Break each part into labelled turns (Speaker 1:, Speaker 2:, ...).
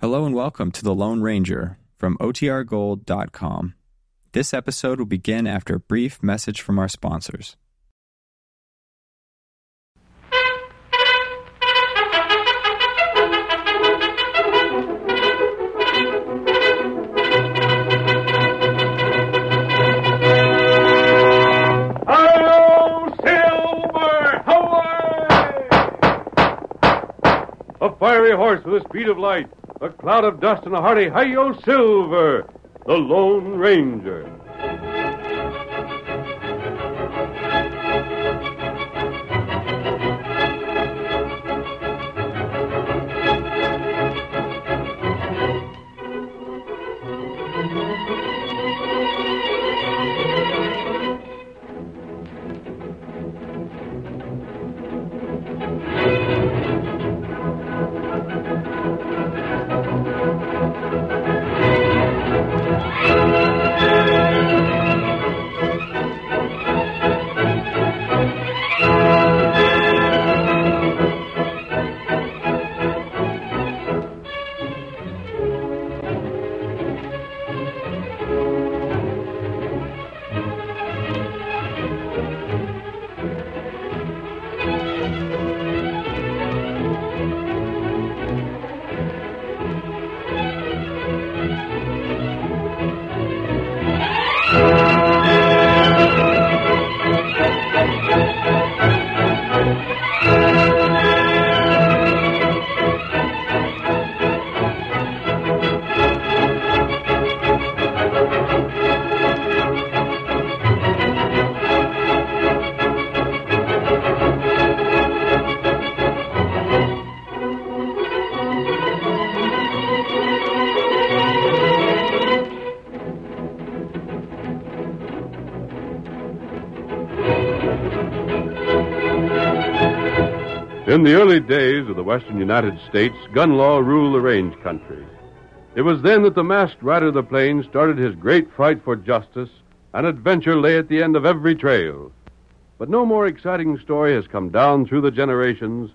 Speaker 1: Hello and welcome to The Lone Ranger from OTRGold.com. This episode will begin after a brief message from our sponsors.
Speaker 2: Oh, Silver! Away! A fiery horse with the speed of light, a cloud of dust, and a hearty Hi-Yo Silver, the Lone Ranger. In the early days of the western United States, gun law ruled the range country. It was then that the masked rider of the plains started his great fight for justice, and adventure lay at the end of every trail. But no more exciting story has come down through the generations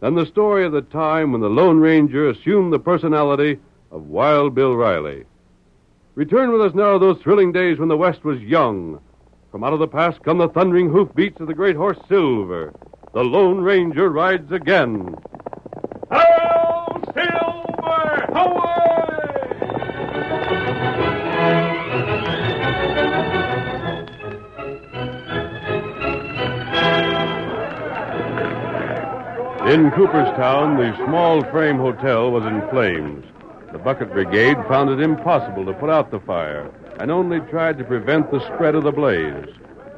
Speaker 2: than the story of the time when the Lone Ranger assumed the personality of Wild Bill Riley. Return with us now to those thrilling days when the West was young. From out of the past come the thundering hoofbeats of the great horse Silver. The Lone Ranger rides again. Hello, Silver! Away! In Cooperstown, the small frame hotel was in flames. The bucket brigade found it impossible to put out the fire and only tried to prevent the spread of the blaze.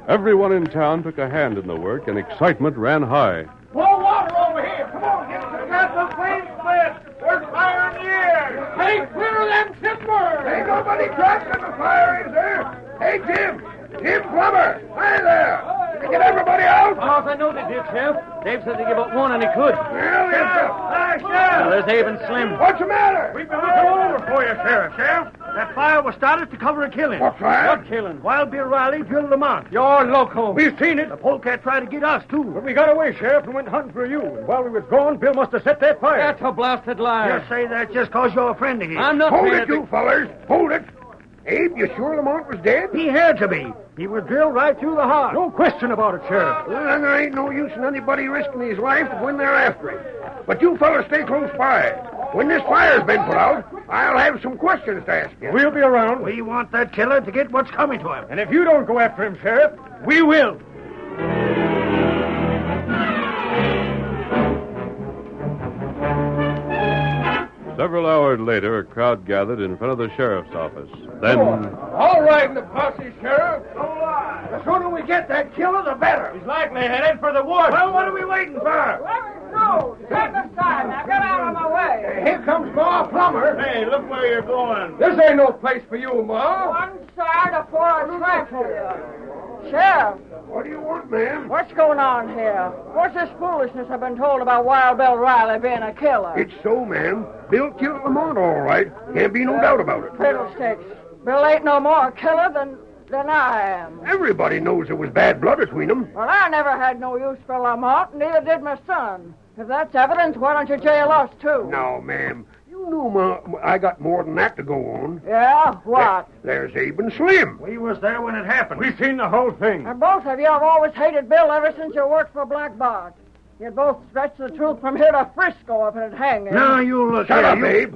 Speaker 2: Everyone in town took a hand in the work, and excitement ran high.
Speaker 3: More water over here. Come on, get it. Got the flames lit. We're fire in the air. Hey, clear them timbers. Ain't nobody trapped in the fire, is there? Hey, Jim. Jim Plumber. Hi there. Did you get everybody out?
Speaker 4: Well, I know they did, Sheriff. Dave said to give up one and he could.
Speaker 3: Well, yes, sir. Hi,
Speaker 4: Well,
Speaker 3: Sheriff.
Speaker 4: there's Abe and Slim.
Speaker 3: What's the matter? We've
Speaker 4: been looking all over for you, Sheriff. Sheriff, that fire was started to cover a killing.
Speaker 3: What fire?
Speaker 4: What killing? Wild Bill Riley drilled them out. You're loco. We've seen it. The polecat tried to get us, too. But we got away, Sheriff, and went hunting for you. And while we was gone, Bill must have set that fire. That's a blasted lie. You say that just because you're a friend of his. I'm not
Speaker 3: Hold
Speaker 4: mad
Speaker 3: it,
Speaker 4: at
Speaker 3: you fellers. Hold it. Abe, you sure Lamont was dead?
Speaker 4: the- He had to be. He was drilled right through the heart. No question about it,
Speaker 5: Uh,
Speaker 4: Sheriff.
Speaker 3: Well, then there ain't no use in anybody risking his life when they're after him. But you fellas stay close by. When this fire's been put out, I'll have some questions to ask you.
Speaker 4: We'll be around. We want that killer to get what's coming to him. And if you don't go after him, Sheriff, we will.
Speaker 2: Several hours later, a crowd gathered in front of the sheriff's office. Then,
Speaker 3: All right, the posse, Sheriff. The sooner we get that killer, the better. He's likely headed for the woods. Well, what are we waiting for?
Speaker 6: Larry Rose, stand aside now. Get out of my way.
Speaker 3: Here comes Ma Plummer. Hey, look where you're going. This ain't no place for you, Ma.
Speaker 6: One side afore a tractor. Sheriff,
Speaker 3: What do you want, ma'am?
Speaker 6: what's going on here? What's this foolishness I've been told about Wild Bill Riley being a killer?
Speaker 3: It's so, ma'am. Bill killed Lamont, all right. Can't be no doubt about it.
Speaker 6: Fiddlesticks. Bill ain't no more a killer than than I am.
Speaker 3: Everybody knows there was bad blood between them.
Speaker 6: Well, I never had no use for Lamont, and neither did my son. If that's evidence, why don't you jail us, too?
Speaker 3: Now, ma'am, you No, ma, I got more than that to go on.
Speaker 6: Yeah? What?
Speaker 3: There's Abe and Slim.
Speaker 7: We was there when it happened. We seen the whole thing.
Speaker 6: And both of you have always hated Bill ever since you worked for Black Bart. You both stretched the truth from here to Frisco if it'd hang you.
Speaker 7: Now you look
Speaker 3: Shut
Speaker 7: here,
Speaker 3: up,
Speaker 7: you-
Speaker 3: Abe.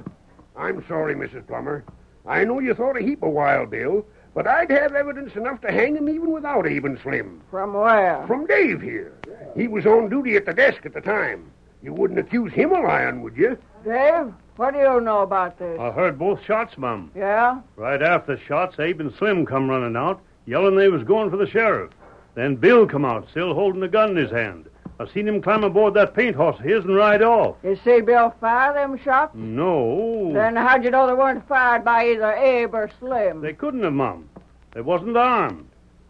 Speaker 3: I'm sorry, Mrs. Plummer. I know you thought a heap of Wild Bill, but I'd have evidence enough to hang him even without Abe and Slim.
Speaker 6: From where?
Speaker 3: From Dave here. He was on duty at the desk at the time. You wouldn't accuse him of lying, would you?
Speaker 6: Dave, what do you know about this?
Speaker 2: Uh.
Speaker 5: I heard both shots, Mum.
Speaker 6: yeah?
Speaker 5: Right after the shots, Abe and Slim come running out, yelling they was going for the sheriff. Then Bill come out, still holding a gun in his hand. I seen him climb aboard that paint horse of his and ride off.
Speaker 6: You see Bill fire them shots?
Speaker 2: Mm.
Speaker 5: No.
Speaker 6: Then how'd you know they weren't fired by either Abe or Slim?
Speaker 5: They couldn't have, Mum. They wasn't armed.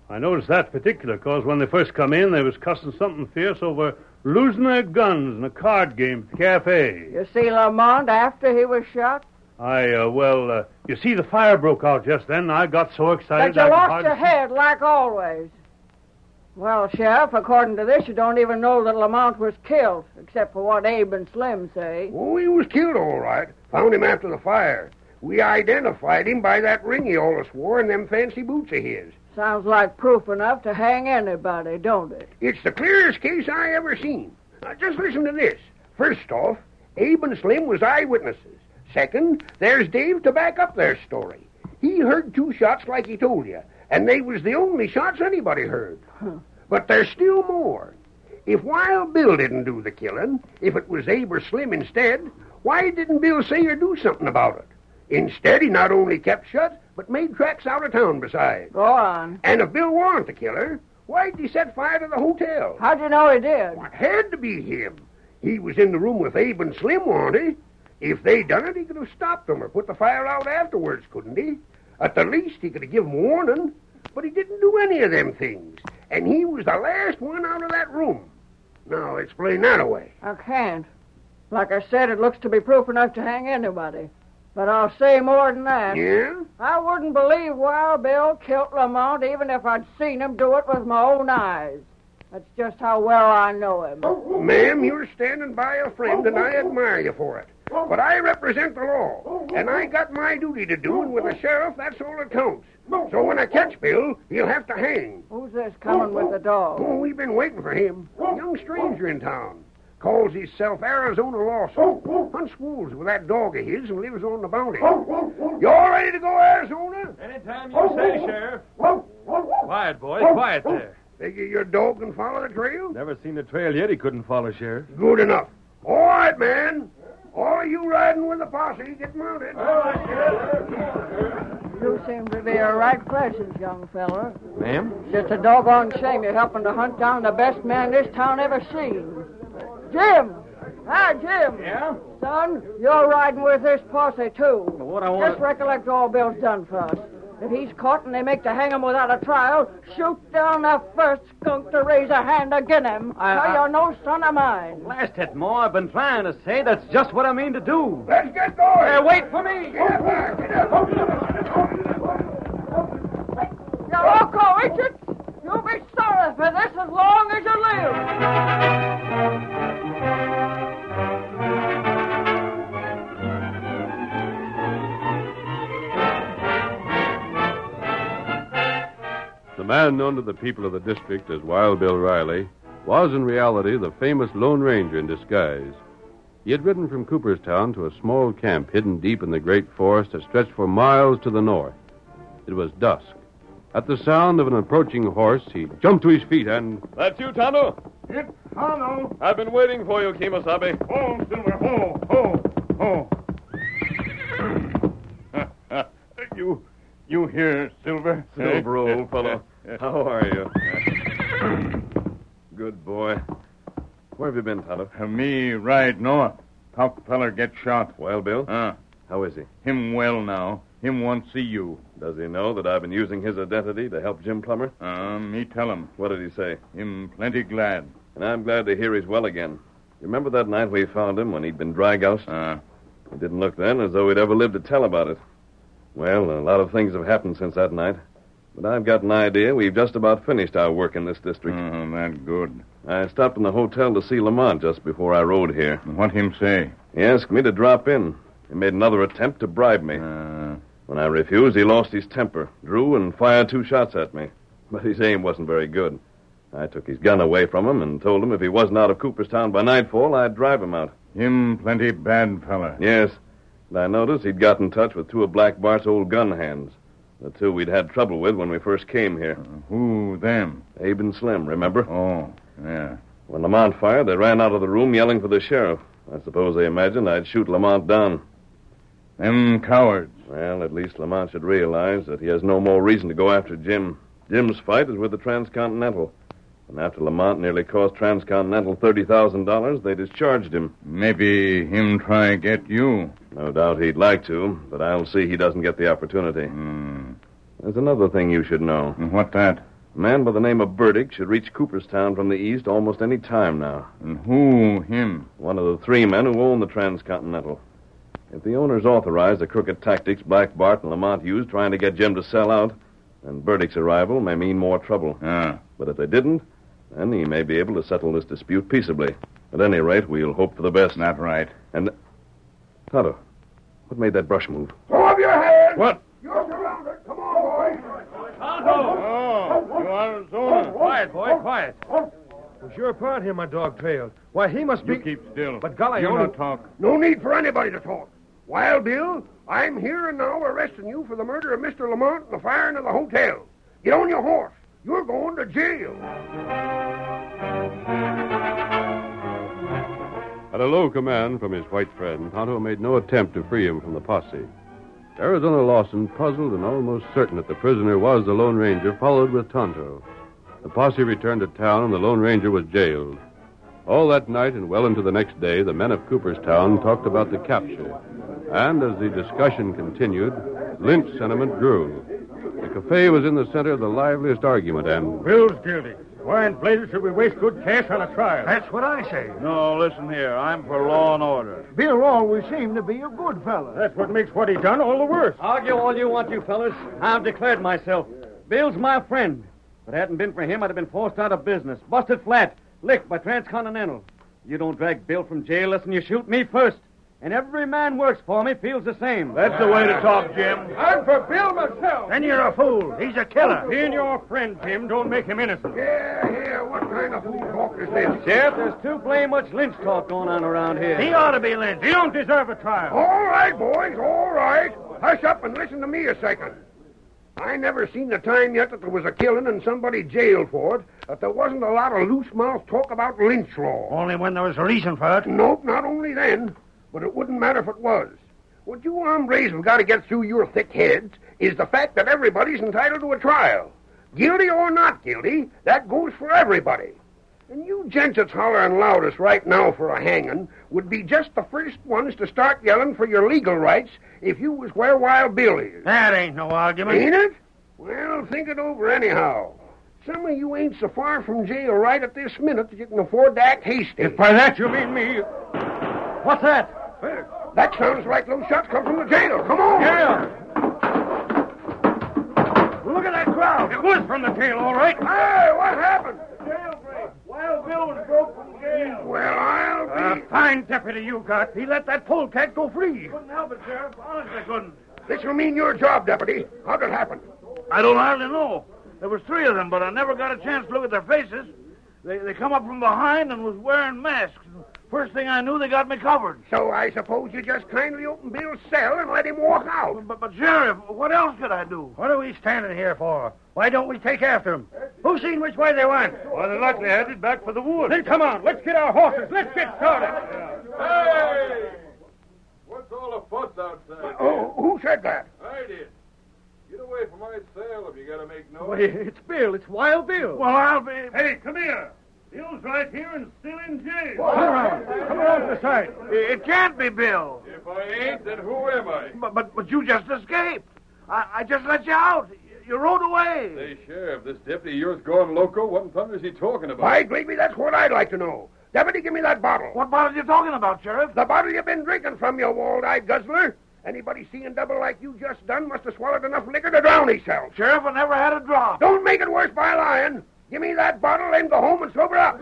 Speaker 5: I noticed that particular, 'cause when they first come in, they was cussing something fierce over losing their guns in a card game at the cafe.
Speaker 6: You see Lamont after he was shot?
Speaker 5: I, uh, well, uh, you see, the fire broke out just then. and I got so
Speaker 6: But
Speaker 5: excited.
Speaker 6: you
Speaker 5: I could
Speaker 6: lost
Speaker 5: hardly
Speaker 6: your
Speaker 5: see-
Speaker 6: head like always. Well, Sheriff, according to this, you don't even know that Lamont was killed, except for what Abe and Slim say.
Speaker 3: Oh, he was killed all right. Found him after the fire. We identified him by that ring he always wore and them fancy boots of his.
Speaker 6: Sounds like proof enough to hang anybody, don't it?
Speaker 3: It's the clearest case I ever seen. Now, just listen to this. First off, Abe and Slim was eyewitnesses. Second, there's Dave to back up their story. He heard two shots like he told you, and they was the only shots anybody heard. But there's still more. If Wild Bill didn't do the killing, if it was Abe or Slim instead, why didn't Bill say or do something about it? Instead, he not only kept shut, but made tracks out of town besides.
Speaker 6: Go on.
Speaker 3: And if Bill warn't the killer, why'd he set fire to the hotel?
Speaker 6: How'd you know he did?
Speaker 3: It had to be him. He was in the room with Abe and Slim, wasn't he? If they done it, he could have stopped them or put the fire out afterwards, couldn't he? At the least, he could have given warning. But he didn't do any of them things. And he was the last one out of that room. Now, explain that away.
Speaker 6: I can't. Like I said, it looks to be proof enough to hang anybody. But I'll say more than that.
Speaker 3: Yeah?
Speaker 6: I wouldn't believe Wild Bill killed Lamont even if I'd seen him do it with my own eyes. That's just how well I know him.
Speaker 3: Ma'am, you're standing by a friend, and I admire you for it. But I represent the law, and I got my duty to do, and with the sheriff, that's all that counts. So when I catch Bill, he'll have to hang.
Speaker 6: Who's this coming with the dog?
Speaker 3: Oh, we've been waiting for him. Young stranger in town. Calls himself Arizona Lawson. Hunts wolves with that dog of his and lives on the bounty. You all ready to go, Arizona?
Speaker 7: Anytime you say, Sheriff.
Speaker 2: Quiet, boys.
Speaker 3: quiet
Speaker 2: there.
Speaker 3: Figure your dog can follow the trail?
Speaker 2: Never seen the trail yet he couldn't follow, Sheriff.
Speaker 3: Good enough. All right, man. All of you riding with the posse, get mounted.
Speaker 6: You seem to be a right pleasant young feller.
Speaker 2: Ma'am?
Speaker 6: It's a doggone shame you're helping to hunt down the best man this town ever seen. Jim! Hi, Jim! Yeah? Son, you're riding with this posse, too.
Speaker 7: what I
Speaker 6: Just recollect all Bill's done for us. If he's caught and they make to hang him without a trial, shoot down the first skunk to raise a hand agin him.
Speaker 7: I-
Speaker 6: now
Speaker 7: I-
Speaker 6: you're no son of mine.
Speaker 7: Blast it, Mo. I've been trying to say that's just what I mean to do.
Speaker 3: Let's get going.
Speaker 7: Hey, wait for me.
Speaker 3: Get back. Get up.
Speaker 6: Now, Loco, Richard, you'll be sorry for this as long as you live.
Speaker 2: The man known to the people of the district as Wild Bill Riley was in reality the famous Lone Ranger in disguise. He had ridden from Cooperstown to a small camp hidden deep in the great forest that stretched for miles to the north. It was dusk. At the sound of an approaching horse, he jumped to his feet and. That's you, Tonto?
Speaker 3: Hello.
Speaker 2: I've been waiting for you, Kemosabe.
Speaker 3: Home, Silver. Ho, ho, ho.
Speaker 5: You, you here, Silver?
Speaker 2: Silver, old fellow. How are you? Good boy. Where have you been, Tonto?
Speaker 5: eh, Me ride Noah. Top feller get shot.
Speaker 2: Wild Bill?
Speaker 5: Uh,
Speaker 2: How is he?
Speaker 5: him well now. Him want see you.
Speaker 2: Does he know that I've been using his identity to help Jim Plummer?
Speaker 5: Uh,
Speaker 8: Um,
Speaker 5: me tell him.
Speaker 2: What did he say?
Speaker 5: Him plenty glad.
Speaker 2: And I'm glad to hear he's well again. You remember that night we found him when he'd been dry goused?
Speaker 5: Uh,
Speaker 2: It didn't look then as though he'd ever lived to tell about it. Well, a lot of things have happened since that night. But I've got an idea we've just about finished our work in this district.
Speaker 8: Hmm. Uh,
Speaker 5: oh, that good.
Speaker 2: I stopped in the hotel to see Lamont just before I rode here.
Speaker 5: What him say?
Speaker 2: He asked me to drop in. He made another attempt to bribe me.
Speaker 8: uh,
Speaker 2: when I refused, he lost his temper, drew, and fired two shots at me. But his aim wasn't very good. I took his gun away from him and told him if he wasn't out of Cooperstown by nightfall, I'd drive him out.
Speaker 8: Him plenty bad fella.
Speaker 2: Yes. And I noticed he'd got in touch with two of Black Bart's old gun hands, the two we'd had trouble with when we first came here.
Speaker 8: Who them?
Speaker 2: Abe and Slim, remember?
Speaker 8: Oh, yeah.
Speaker 2: When Lamont fired, they ran out of the room yelling for the sheriff. I suppose they imagined I'd shoot Lamont down.
Speaker 8: Them cowards.
Speaker 2: Well, at least Lamont should realize that he has no more reason to go after Jim. Jim's fight is with the Transcontinental. And after Lamont nearly cost Transcontinental $30,000, they discharged him.
Speaker 8: Maybe him try get you.
Speaker 2: No doubt he'd like to, but I'll see he doesn't get the opportunity.
Speaker 8: Hmm.
Speaker 2: There's another thing you should know.
Speaker 8: And What that?
Speaker 2: A man by the name of Burdick should reach Cooperstown from the east almost any time now.
Speaker 8: And who him?
Speaker 2: One of the three men who own the Transcontinental. If the owners authorize the crooked tactics Black Bart and Lamont used trying to get Jim to sell out, then Burdick's arrival may mean more trouble.
Speaker 8: Ah.
Speaker 2: But if they didn't, then he may be able to settle this dispute peaceably. At any rate, we'll hope for the best.
Speaker 8: Not right.
Speaker 2: Tonto, what made that brush move?
Speaker 9: Throw up your hands.
Speaker 8: What?
Speaker 9: You're surrounded. Come on, boys.
Speaker 8: Oh, you
Speaker 3: oh,
Speaker 8: Arizona.
Speaker 7: Quiet, boy, quiet. It was your part here my dog trailed. Why, he must be...
Speaker 8: You keep still.
Speaker 7: But golly,
Speaker 8: you
Speaker 7: only-
Speaker 8: don't talk.
Speaker 3: No need for anybody to talk. Wild Bill, I'm here and now arresting you for the murder of Mr. Lamont and the firing of the hotel. Get on your horse. You're going to jail.
Speaker 2: At a low command from his white friend, Tonto made no attempt to free him from the posse. Arizona Lawson, puzzled and almost certain that the prisoner was the Lone Ranger, followed with Tonto. The posse returned to town, and the Lone Ranger was jailed. All that night and well into the next day, the men of Cooperstown talked about the capture. And as the discussion continued, lynch sentiment grew. The cafe was in the center of the liveliest argument, and
Speaker 5: Bill's guilty. Why in blazes should we waste good cash on a trial?
Speaker 7: That's what I say.
Speaker 4: No, listen here. I'm for law and order.
Speaker 7: Bill always seemed to be a good fella.
Speaker 5: That's what makes what he done all the worse.
Speaker 4: Argue all you want, you fellas. I've declared myself. Bill's my friend. If it hadn't been for him, I'd have been forced out of business, busted flat, licked by Transcontinental. You don't drag Bill from jail less than you shoot me first. And every man works for me feels the same.
Speaker 5: That's the way to talk, Jim.
Speaker 9: I'm for Bill myself.
Speaker 7: Then you're a fool. He's a killer.
Speaker 5: He and your friend, Jim, don't make him innocent.
Speaker 3: Yeah, yeah. What kind of fool talk is this?
Speaker 4: Sheriff, there's too blame much lynch talk going on around here.
Speaker 7: He ought to be lynched.
Speaker 5: He don't deserve a trial.
Speaker 3: All right, boys, all right. Hush up and listen to me a second. I never seen the time yet that there was a killing and somebody jailed for it, that there wasn't a lot of loose mouth talk about lynch law.
Speaker 7: Oh, Only when there was a reason for it.
Speaker 3: Nope, not only then, but it wouldn't matter if it was. What you hombres have got to get through your thick heads is the fact that everybody's entitled to a trial. Guilty or not guilty, that goes for everybody. And you gents that's hollering loudest right now for a hanging would be just the first ones to start yelling for your legal rights if you was where Wild Bill is.
Speaker 7: That ain't no argument.
Speaker 3: Ain't it? Well, think it over anyhow. Some of you ain't so far from jail right at this minute that you can afford to act hasty.
Speaker 5: By that you mean me. What's that?
Speaker 3: That sounds like those shots come from the jail. Come on.
Speaker 5: Yeah.
Speaker 3: Look at that crowd.
Speaker 5: It was from the tail, all right.
Speaker 3: Hey, what happened?
Speaker 5: Jailbreak. Wild Bill was broke from jail.
Speaker 3: Well, I'll be.
Speaker 7: Uh.
Speaker 5: fine deputy you got. He let that polecat go free. Couldn't help it, Sheriff. Honest, I couldn't.
Speaker 3: this will mean your job, deputy. How'd it happen?
Speaker 4: I don't hardly know. There was three of them, but I never got a chance to look at their faces. They, they come up from behind and was wearing masks. First thing I knew, they got me covered.
Speaker 3: So I suppose you just kindly opened Bill's cell and let him walk out.
Speaker 4: But, but Sheriff, what else could I do?
Speaker 7: What are we standing here for? Why don't we take after them? Who seen which way they went?
Speaker 5: Well, they're likely headed back for the woods. Then come on. Let's get our horses. Let's get started.
Speaker 2: Hey! What's all afoot outside?
Speaker 3: Oh, who said that?
Speaker 2: I did. Get away from my sale if you gotta make noise.
Speaker 7: It's Bill. It's Wild Bill.
Speaker 4: Well, I'll be.
Speaker 5: Hey, come here. Bill's right here and still in jail.
Speaker 7: come around. Come around to the side.
Speaker 4: It can't be Bill.
Speaker 2: If I ain't, then who am I?
Speaker 4: But, but, but you just escaped. I, I just let you out. You rode away.
Speaker 2: Hey, Sheriff, this deputy of yours going loco? What in thunder is he talking about?
Speaker 3: Why, Gleeby, that's what I'd like to know. Deputy, give me that bottle.
Speaker 4: What bottle are you talking about, Sheriff?
Speaker 3: The bottle you've been drinking from, you walled-eyed guzzler. Anybody seeing double like you just done must have swallowed enough liquor to drown himself.
Speaker 4: Sheriff, I never had a drop.
Speaker 3: Don't make it worse by lying. Give me that bottle and go home and sober up.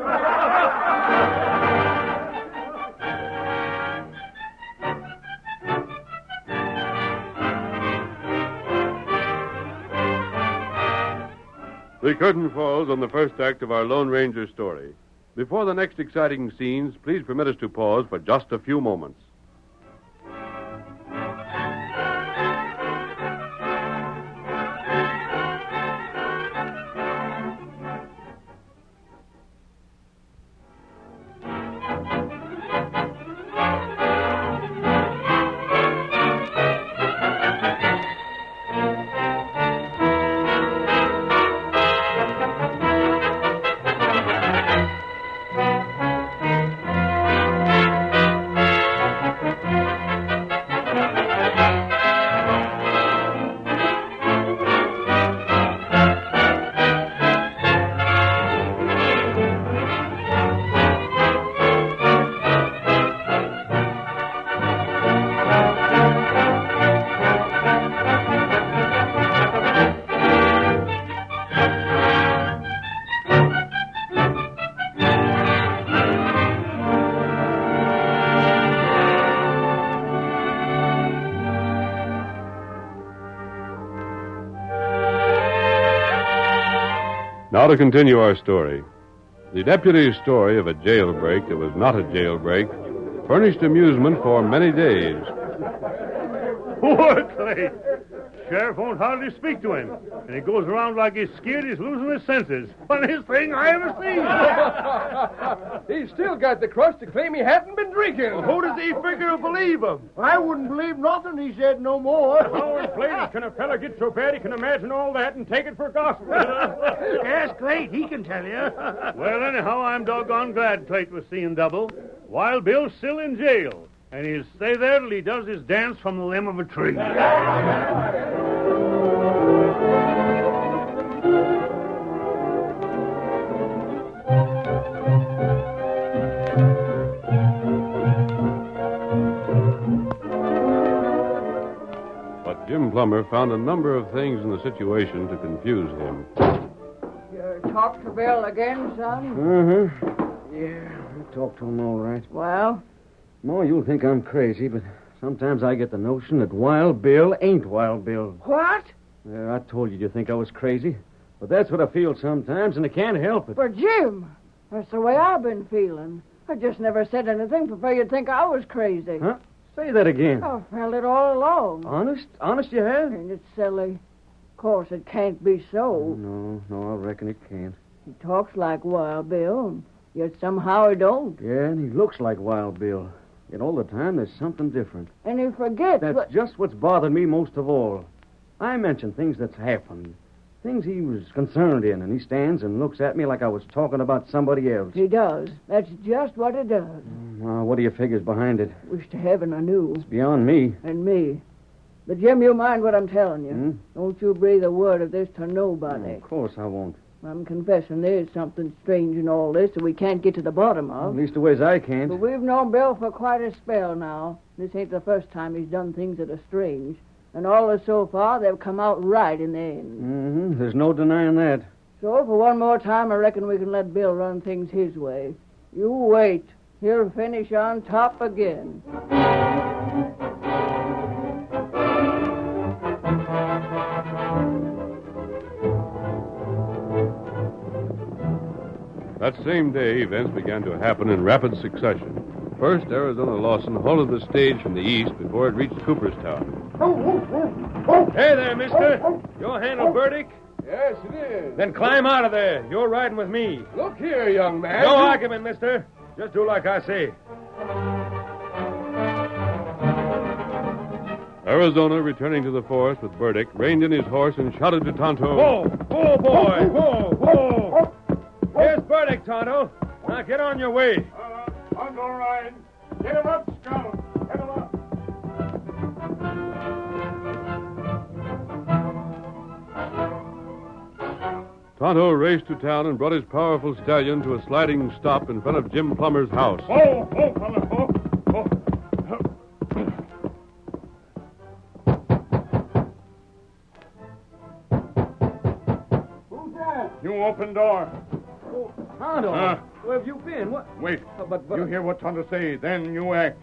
Speaker 2: The curtain falls on the first act of our Lone Ranger story. Before the next exciting scenes, please permit us to pause for just a few moments. Now to continue our story. The deputy's story of a jailbreak that was not a jailbreak furnished amusement for many days.
Speaker 7: What? Clay? Sheriff won't hardly speak to him, and he goes around like he's scared he's losing his senses. Funniest thing I ever
Speaker 10: He's still got the crust to claim he hadn't been drinking.
Speaker 7: Well, who does he figure will believe him?
Speaker 11: I wouldn't believe nothing he said no more.
Speaker 12: How inflated can a feller get so bad he can imagine all that and take it for gospel?
Speaker 11: Ask Clay, he can tell you.
Speaker 7: Well, anyhow, I'm doggone glad Clayton was seeing double. While Bill's still in jail, and he'll stay there till he does his dance from the limb of a tree.
Speaker 2: But Jim Plummer found a number of things in the situation to confuse him.
Speaker 6: You talk to Bill again, son?
Speaker 4: Uh huh.
Speaker 5: Mm-hmm.
Speaker 4: Yeah, I talk to him all right.
Speaker 6: Well,
Speaker 4: Ma, you'll think I'm crazy, but sometimes I get the notion that Wild Bill ain't Wild Bill.
Speaker 6: what?
Speaker 4: Yeah, I told you you think I was crazy, but that's what I feel sometimes, and I can't help it.
Speaker 6: But Jim, that's the way I've been feeling. I just never said anything for fear you'd think I was crazy.
Speaker 4: Huh? Say that again.
Speaker 6: I felt it all along.
Speaker 4: Honest? Honest you have?
Speaker 6: Ain't it silly? Of course, it can't be so.
Speaker 4: No, no, I reckon it can't.
Speaker 6: He talks like Wild Bill, and yet somehow he don't.
Speaker 4: Yeah, and he looks like Wild Bill. Yet all the time there's something different.
Speaker 6: And he forgets.
Speaker 4: That's
Speaker 6: what-
Speaker 4: just what's bothered me most of all. I mention things that's happened, things he was concerned in, and he stands and looks at me like I was talking about somebody else.
Speaker 6: He does. That's just what he does.
Speaker 4: Now, what do you figure's behind it?
Speaker 6: Wish to heaven I knew.
Speaker 4: Beyond me.
Speaker 6: And me. But, Jim, you mind what I'm telling you.
Speaker 4: Hmm?
Speaker 6: Don't you breathe a word of this to nobody.
Speaker 4: Of course I won't.
Speaker 6: I'm confessing there is something strange in all this that we can't get to the bottom of.
Speaker 4: Leastways I can't.
Speaker 6: But we've known Bill for quite a spell now. This ain't the first time he's done things that are strange. And always so far, they've come out right in the end.
Speaker 4: Mm-hmm. There's no denying that.
Speaker 6: So for one more time, I reckon we can let Bill run things his way. You wait. He'll finish on top again.
Speaker 2: That same day, events began to happen in rapid succession. First, Arizona Lawson halted the stage from the east before it reached Cooperstown.
Speaker 12: Hey there, mister. Your handle Burdick?
Speaker 3: Yes, it is.
Speaker 12: Then climb out of there. You're riding with me.
Speaker 3: Look here, young man.
Speaker 12: No
Speaker 3: You-
Speaker 12: argument, mister. Just do like I say.
Speaker 2: Arizona, returning to the forest with Burdick, reined in his horse and shouted to Tonto.
Speaker 12: Whoa, whoa, boy. Whoa,
Speaker 3: Oh,
Speaker 12: whoa. Here's Burdick, Tonto. Now get on your way.
Speaker 3: I'm all right. Get him up, Scout. Get him up.
Speaker 2: Tonto raced to town and brought his powerful stallion to a sliding stop in front of Jim Plummer's house.
Speaker 12: Whoa, whoa, fella, whoa.
Speaker 3: You open door.
Speaker 4: Tonto,
Speaker 3: Huh?
Speaker 4: where have you been? What? Uh,
Speaker 3: Wait.
Speaker 4: but,
Speaker 3: you hear what Tonto say, then you act.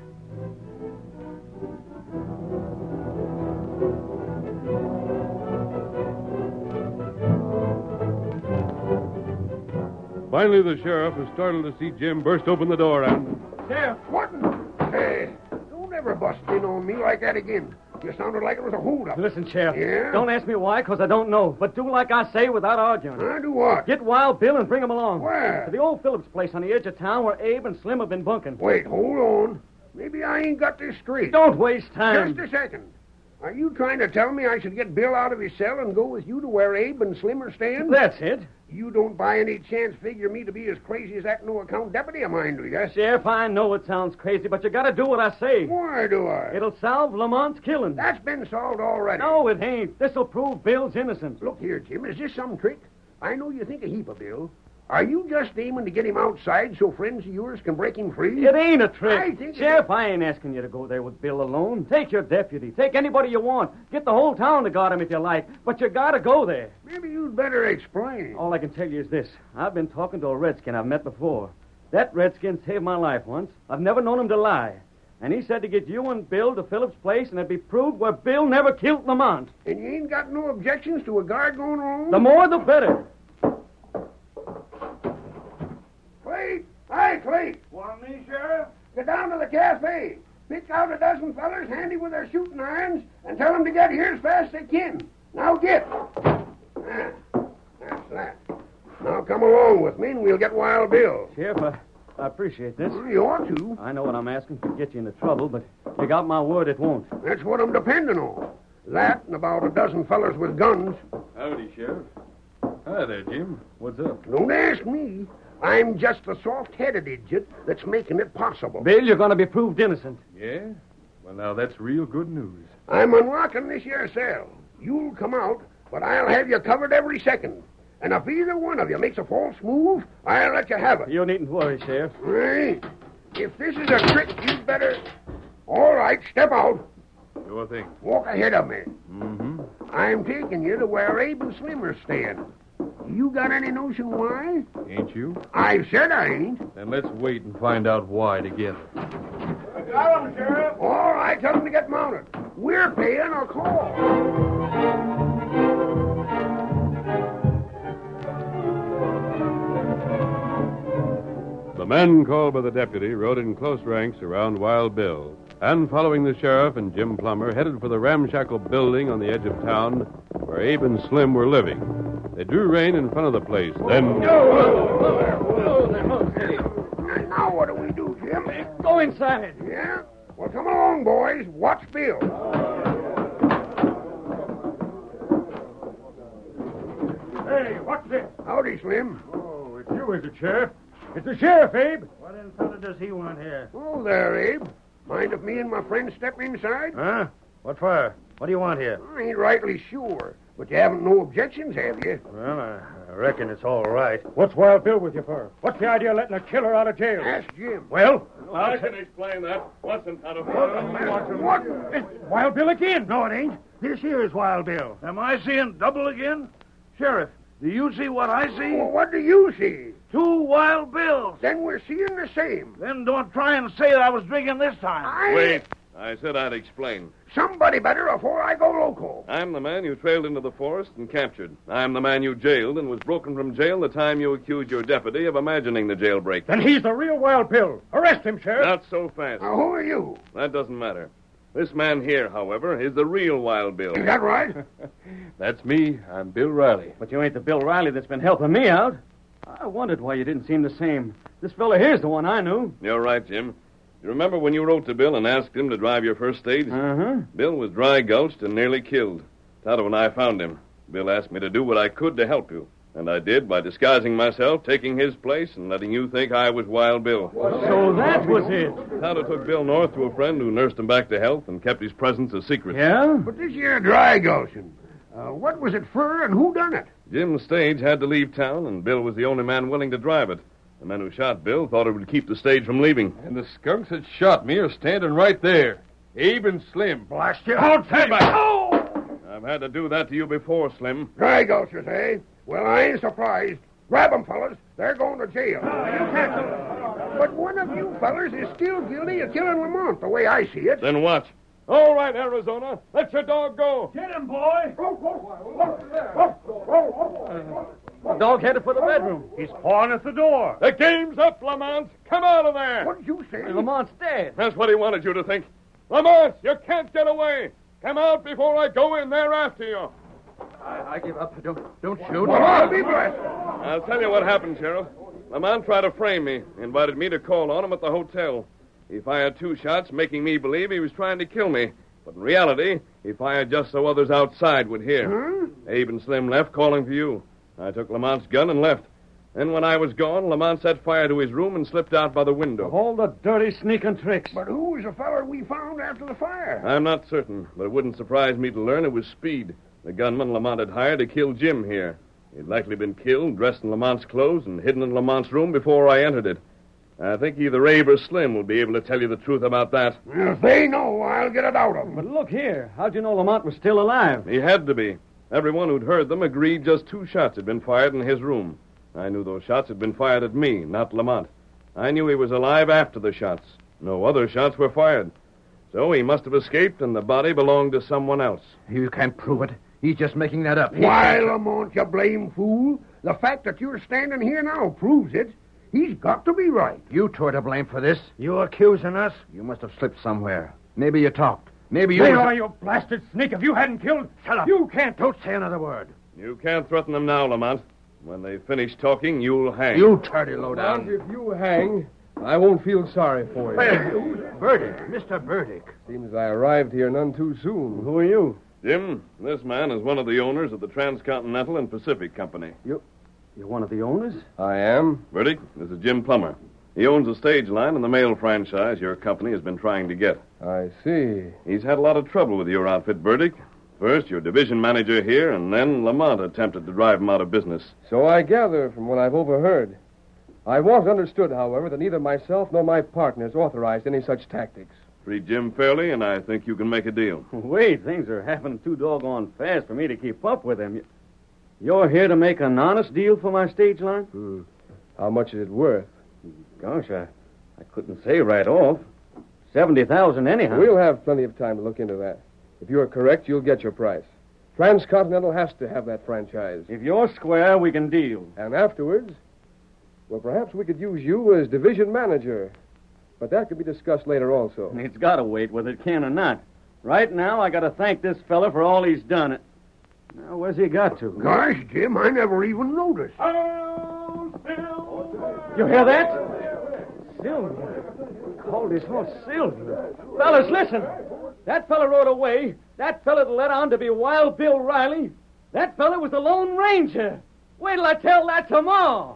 Speaker 2: Finally, the sheriff was startled to see Jim burst open the door and.
Speaker 3: Sheriff, what? in- Hey, don't ever bust in on me like that again. You sounded like it was a holdup.
Speaker 4: Listen, Sheriff.
Speaker 3: Yeah?
Speaker 4: Don't ask me why, because I don't know. But do like I say without arguing.
Speaker 3: Huh? Do what?
Speaker 4: Get Wild Bill and bring him along.
Speaker 3: Where?
Speaker 4: To the old Phillips place on the edge of town where Abe and Slim have been bunking.
Speaker 3: Wait, hold on. Maybe I ain't got this straight.
Speaker 4: Don't waste time.
Speaker 3: Just a second. Are you trying to tell me I should get Bill out of his cell and go with you to where Abe and Slim are staying?
Speaker 4: That's it.
Speaker 3: You don't by any chance figure me to be as crazy as that no account deputy of mine, do you?
Speaker 4: Sheriff, I know it sounds crazy, but you gotta do what I say.
Speaker 3: Why do I?
Speaker 4: It'll solve Lamont's killing.
Speaker 3: That's been solved already.
Speaker 4: No, it ain't. This'll prove Bill's innocent.
Speaker 3: Look here, Jim. Is this some trick? I know you think a heap of Bill. Are you just aiming to get him outside so friends of yours can break him free?
Speaker 4: It ain't a trick.
Speaker 3: I think it
Speaker 4: Sheriff, I ain't asking you to go there with Bill alone. Take your deputy. Take anybody you want. Get the whole town to guard him if you like. But you gotta go there.
Speaker 3: Maybe you'd better explain.
Speaker 4: All I can tell you is this. I've been talking to a redskin I've met before. That redskin saved my life once. I've never known him to lie. And he said to get you and Bill to Phillips' place and it'd be proved where Bill never killed Lamont.
Speaker 3: And you ain't got no objections to a guard going on?
Speaker 4: The more, the better.
Speaker 3: Clay! Hey, Clay! Want me, Sheriff? Get down to the cafe. Pick out a dozen fellers handy with their shooting irons and tell them to get here as fast as they can. Now get. Ah, That's that. Now come along with me and we'll get Wild Bill.
Speaker 4: Sheriff, I, I appreciate this.
Speaker 3: You ought to.
Speaker 4: I know what I'm asking could get you into trouble, but you got my word it won't.
Speaker 3: That's what I'm depending on. That and about a dozen fellers with guns.
Speaker 2: Howdy, Sheriff. Hi there, Jim. What's up?
Speaker 3: Don't ask me. I'm just the soft-headed idiot that's making it possible.
Speaker 4: Bill, you're going to be proved innocent.
Speaker 2: Yeah? Well, now that's real good news.
Speaker 3: I'm unlocking this here cell. You'll come out, but I'll have you covered every second. And if either one of you makes a false move, I'll let you have it.
Speaker 4: You needn't worry, Sheriff.
Speaker 3: Hey, if this is a trick, you'd better. All right, step out.
Speaker 2: Sure thing.
Speaker 3: Walk ahead of me. Mm-hmm. I'm taking you to where Abe and Slim are staying. You got any notion why?
Speaker 2: Ain't you?
Speaker 3: I've said I ain't.
Speaker 2: Then let's wait and find out why together.
Speaker 3: Got him, Sheriff. All right, tell him to get mounted. We're paying a call.
Speaker 2: The men called by the deputy rode in close ranks around Wild Bill, and following the sheriff and Jim Plummer, headed for the ramshackle building on the edge of town where Abe and Slim were living. They drew rein in front of the place, then.
Speaker 3: Now what do we do, Jim?
Speaker 4: Go inside.
Speaker 3: Yeah? Well, come along, boys. Watch Bill.
Speaker 13: Hey, what's this?
Speaker 3: Howdy, Slim.
Speaker 13: Oh, it's you, is it, Sheriff? It's the Sheriff, Abe.
Speaker 14: What in thunder does he want here?
Speaker 3: Oh, there, Abe. Mind if me and my friend step inside?
Speaker 14: Huh? What for? What do you want here?
Speaker 3: I ain't rightly sure, but you haven't no objections, have you?
Speaker 14: Well, I, I reckon it's all right.
Speaker 13: What's Wild Bill with you for? What's the idea of letting a killer out of jail?
Speaker 3: Ask Jim.
Speaker 14: Well?
Speaker 13: I can
Speaker 5: explain that. Listen,
Speaker 13: What? It's Wild Bill again.
Speaker 14: No, it ain't. This here is Wild Bill.
Speaker 15: Am I seeing double again? Sheriff, do you see what I see?
Speaker 3: Well, what do you see?
Speaker 15: Two wild bills.
Speaker 3: Then we're seeing the same.
Speaker 15: Then don't try and say that I was drinking this time.
Speaker 3: I...
Speaker 5: Wait. I said I'd explain.
Speaker 3: Somebody better before I go loco.
Speaker 5: I'm the man you trailed into the forest and captured. I'm the man you jailed and was broken from jail the time you accused your deputy of imagining the jailbreak.
Speaker 13: Then he's the real Wild Bill. Arrest him, Sheriff.
Speaker 5: Not so fast.
Speaker 3: Now, who are you?
Speaker 5: That doesn't matter. This man here, however, is the real Wild Bill.
Speaker 3: Is that right?
Speaker 5: That's me. I'm Bill Riley.
Speaker 4: But you ain't the Bill Riley that's been helping me out. I wondered why you didn't seem the same. This fella here's the one I knew.
Speaker 5: You're right, Jim. You remember when you wrote to Bill and asked him to drive your first stage?
Speaker 4: Uh-huh.
Speaker 5: Bill was dry gulched and nearly killed. Tonto and I found him. Bill asked me to do what I could to help you. And I did by disguising myself, taking his place, and letting you think I was Wild Bill.
Speaker 4: So that was it.
Speaker 5: Tonto took Bill north to a friend who nursed him back to health and kept his presence a secret.
Speaker 4: Yeah?
Speaker 3: But this here dry gulchin. Uh, what was it for and who done it?
Speaker 5: Jim's stage had to leave town, and Bill was the only man willing to drive it. The men who shot Bill thought it would keep the stage from leaving.
Speaker 2: And the skunks that shot me are standing right there. Abe and Slim.
Speaker 13: Blast you.
Speaker 2: Outside my.
Speaker 13: Oh!
Speaker 5: I've had to do that to you before, Slim.
Speaker 3: Dry gulchers, eh? Well, I ain't surprised. Grab 'em, fellas. They're going to jail.
Speaker 13: Oh, You can't do
Speaker 3: But one of you fellers is still guilty of killing Lamont, the way I see it.
Speaker 5: Then watch. All right, Arizona. Let your dog go.
Speaker 13: Get him, boy.
Speaker 16: Uh,
Speaker 3: Whoa, whoa, whoa, whoa, whoa, whoa, whoa, whoa, whoa,
Speaker 4: Dog headed for the bedroom. He's pawing at the door.
Speaker 2: The game's up, Lamont. Come out of there. What
Speaker 16: did you say?
Speaker 4: Lamont's dead.
Speaker 2: That's what he wanted you to think. Lamont, you can't get away. Come out before I go in there after you.
Speaker 17: I, I give up. Don't don't
Speaker 2: shoot.
Speaker 17: Lamont,
Speaker 2: be blessed. I'll tell you what happened, Sheriff. Lamont tried to frame me. He invited me to call on him at the hotel. He fired two shots, making me believe he was trying to kill me. But in reality, he fired just so others outside would hear. Abe and Slim left, calling for you. I took Lamont's gun and left. Then, when I was gone, Lamont set fire to his room and slipped out by the window.
Speaker 4: All the dirty sneaking tricks.
Speaker 16: But who was the feller we found after the fire?
Speaker 2: I'm not certain, but it wouldn't surprise me to learn it was Speed, the gunman Lamont had hired to kill Jim here. He'd likely been killed, dressed in Lamont's clothes, and hidden in Lamont's room before I entered it. I think either Abe or Slim will be able to tell you the truth about that.
Speaker 16: If they know, I'll get it out of them.
Speaker 4: But look here. How'd you know Lamont was still alive?
Speaker 2: He had to be. Everyone who'd heard them agreed just two shots had been fired in his room. I knew those shots had been fired at me, not Lamont. I knew he was alive after the shots. No other shots were fired. So he must have escaped, and the body belonged to someone else.
Speaker 17: You can't prove it. He's just making that up. He-
Speaker 16: Why, Lamont, you blame fool? The fact that you're standing here now proves it. He's got to be right.
Speaker 17: You two are to blame for this.
Speaker 18: You accusing us?
Speaker 17: You must have slipped somewhere. Maybe you talked. Maybe you.
Speaker 18: There
Speaker 17: was-
Speaker 18: are, you blasted snake. If you hadn't killed, shut up. You can't. Don't say another word.
Speaker 2: You can't threaten them now, Lamont. When they finish talking, you'll hang.
Speaker 17: You tardy lowdown.
Speaker 3: If you hang, I won't feel sorry for you.
Speaker 18: Burdick, Mr. Burdick.
Speaker 3: Seems I arrived here none too soon. Who are you?
Speaker 2: Jim, this man is one of the owners of the Transcontinental and Pacific Company.
Speaker 19: You're one of the owners?
Speaker 2: I am. Verdict, this is Jim Plummer. He owns the stage line and the mail franchise your company has been trying to get.
Speaker 3: I see.
Speaker 2: He's had a lot of trouble with your outfit, Verdict. First, your division manager here, and then Lamont attempted to drive him out of business.
Speaker 3: So I gather from what I've overheard. I've once understood, however, that neither myself nor my partners authorized any such tactics.
Speaker 2: Free Jim fairly, and I think you can make a deal.
Speaker 4: Wait, things are happening too doggone fast for me to keep up with them. You- You're here to make an honest deal for my stage line?
Speaker 3: Hmm. How much is it worth?
Speaker 4: Gosh, I, I couldn't say right off. 70000 anyhow.
Speaker 3: We'll have plenty of time to look into that. If you are correct, you'll get your price. Transcontinental has to have that franchise.
Speaker 4: If you're square, we can deal.
Speaker 3: And afterwards, well, perhaps we could use you as division manager. But that could be discussed later also.
Speaker 4: It's got to wait whether it can or not. Right now, I got to thank this fella for all he's done. Now, where's he got to?
Speaker 16: Gosh, Jim, I never even noticed.
Speaker 4: You hear that? Silver. Called his horse Silver. Fellas, listen. That fella rode away. That fella that led on to be Wild Bill Riley. That fella was the Lone Ranger. Wait till I tell that to Ma.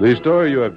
Speaker 20: The story you have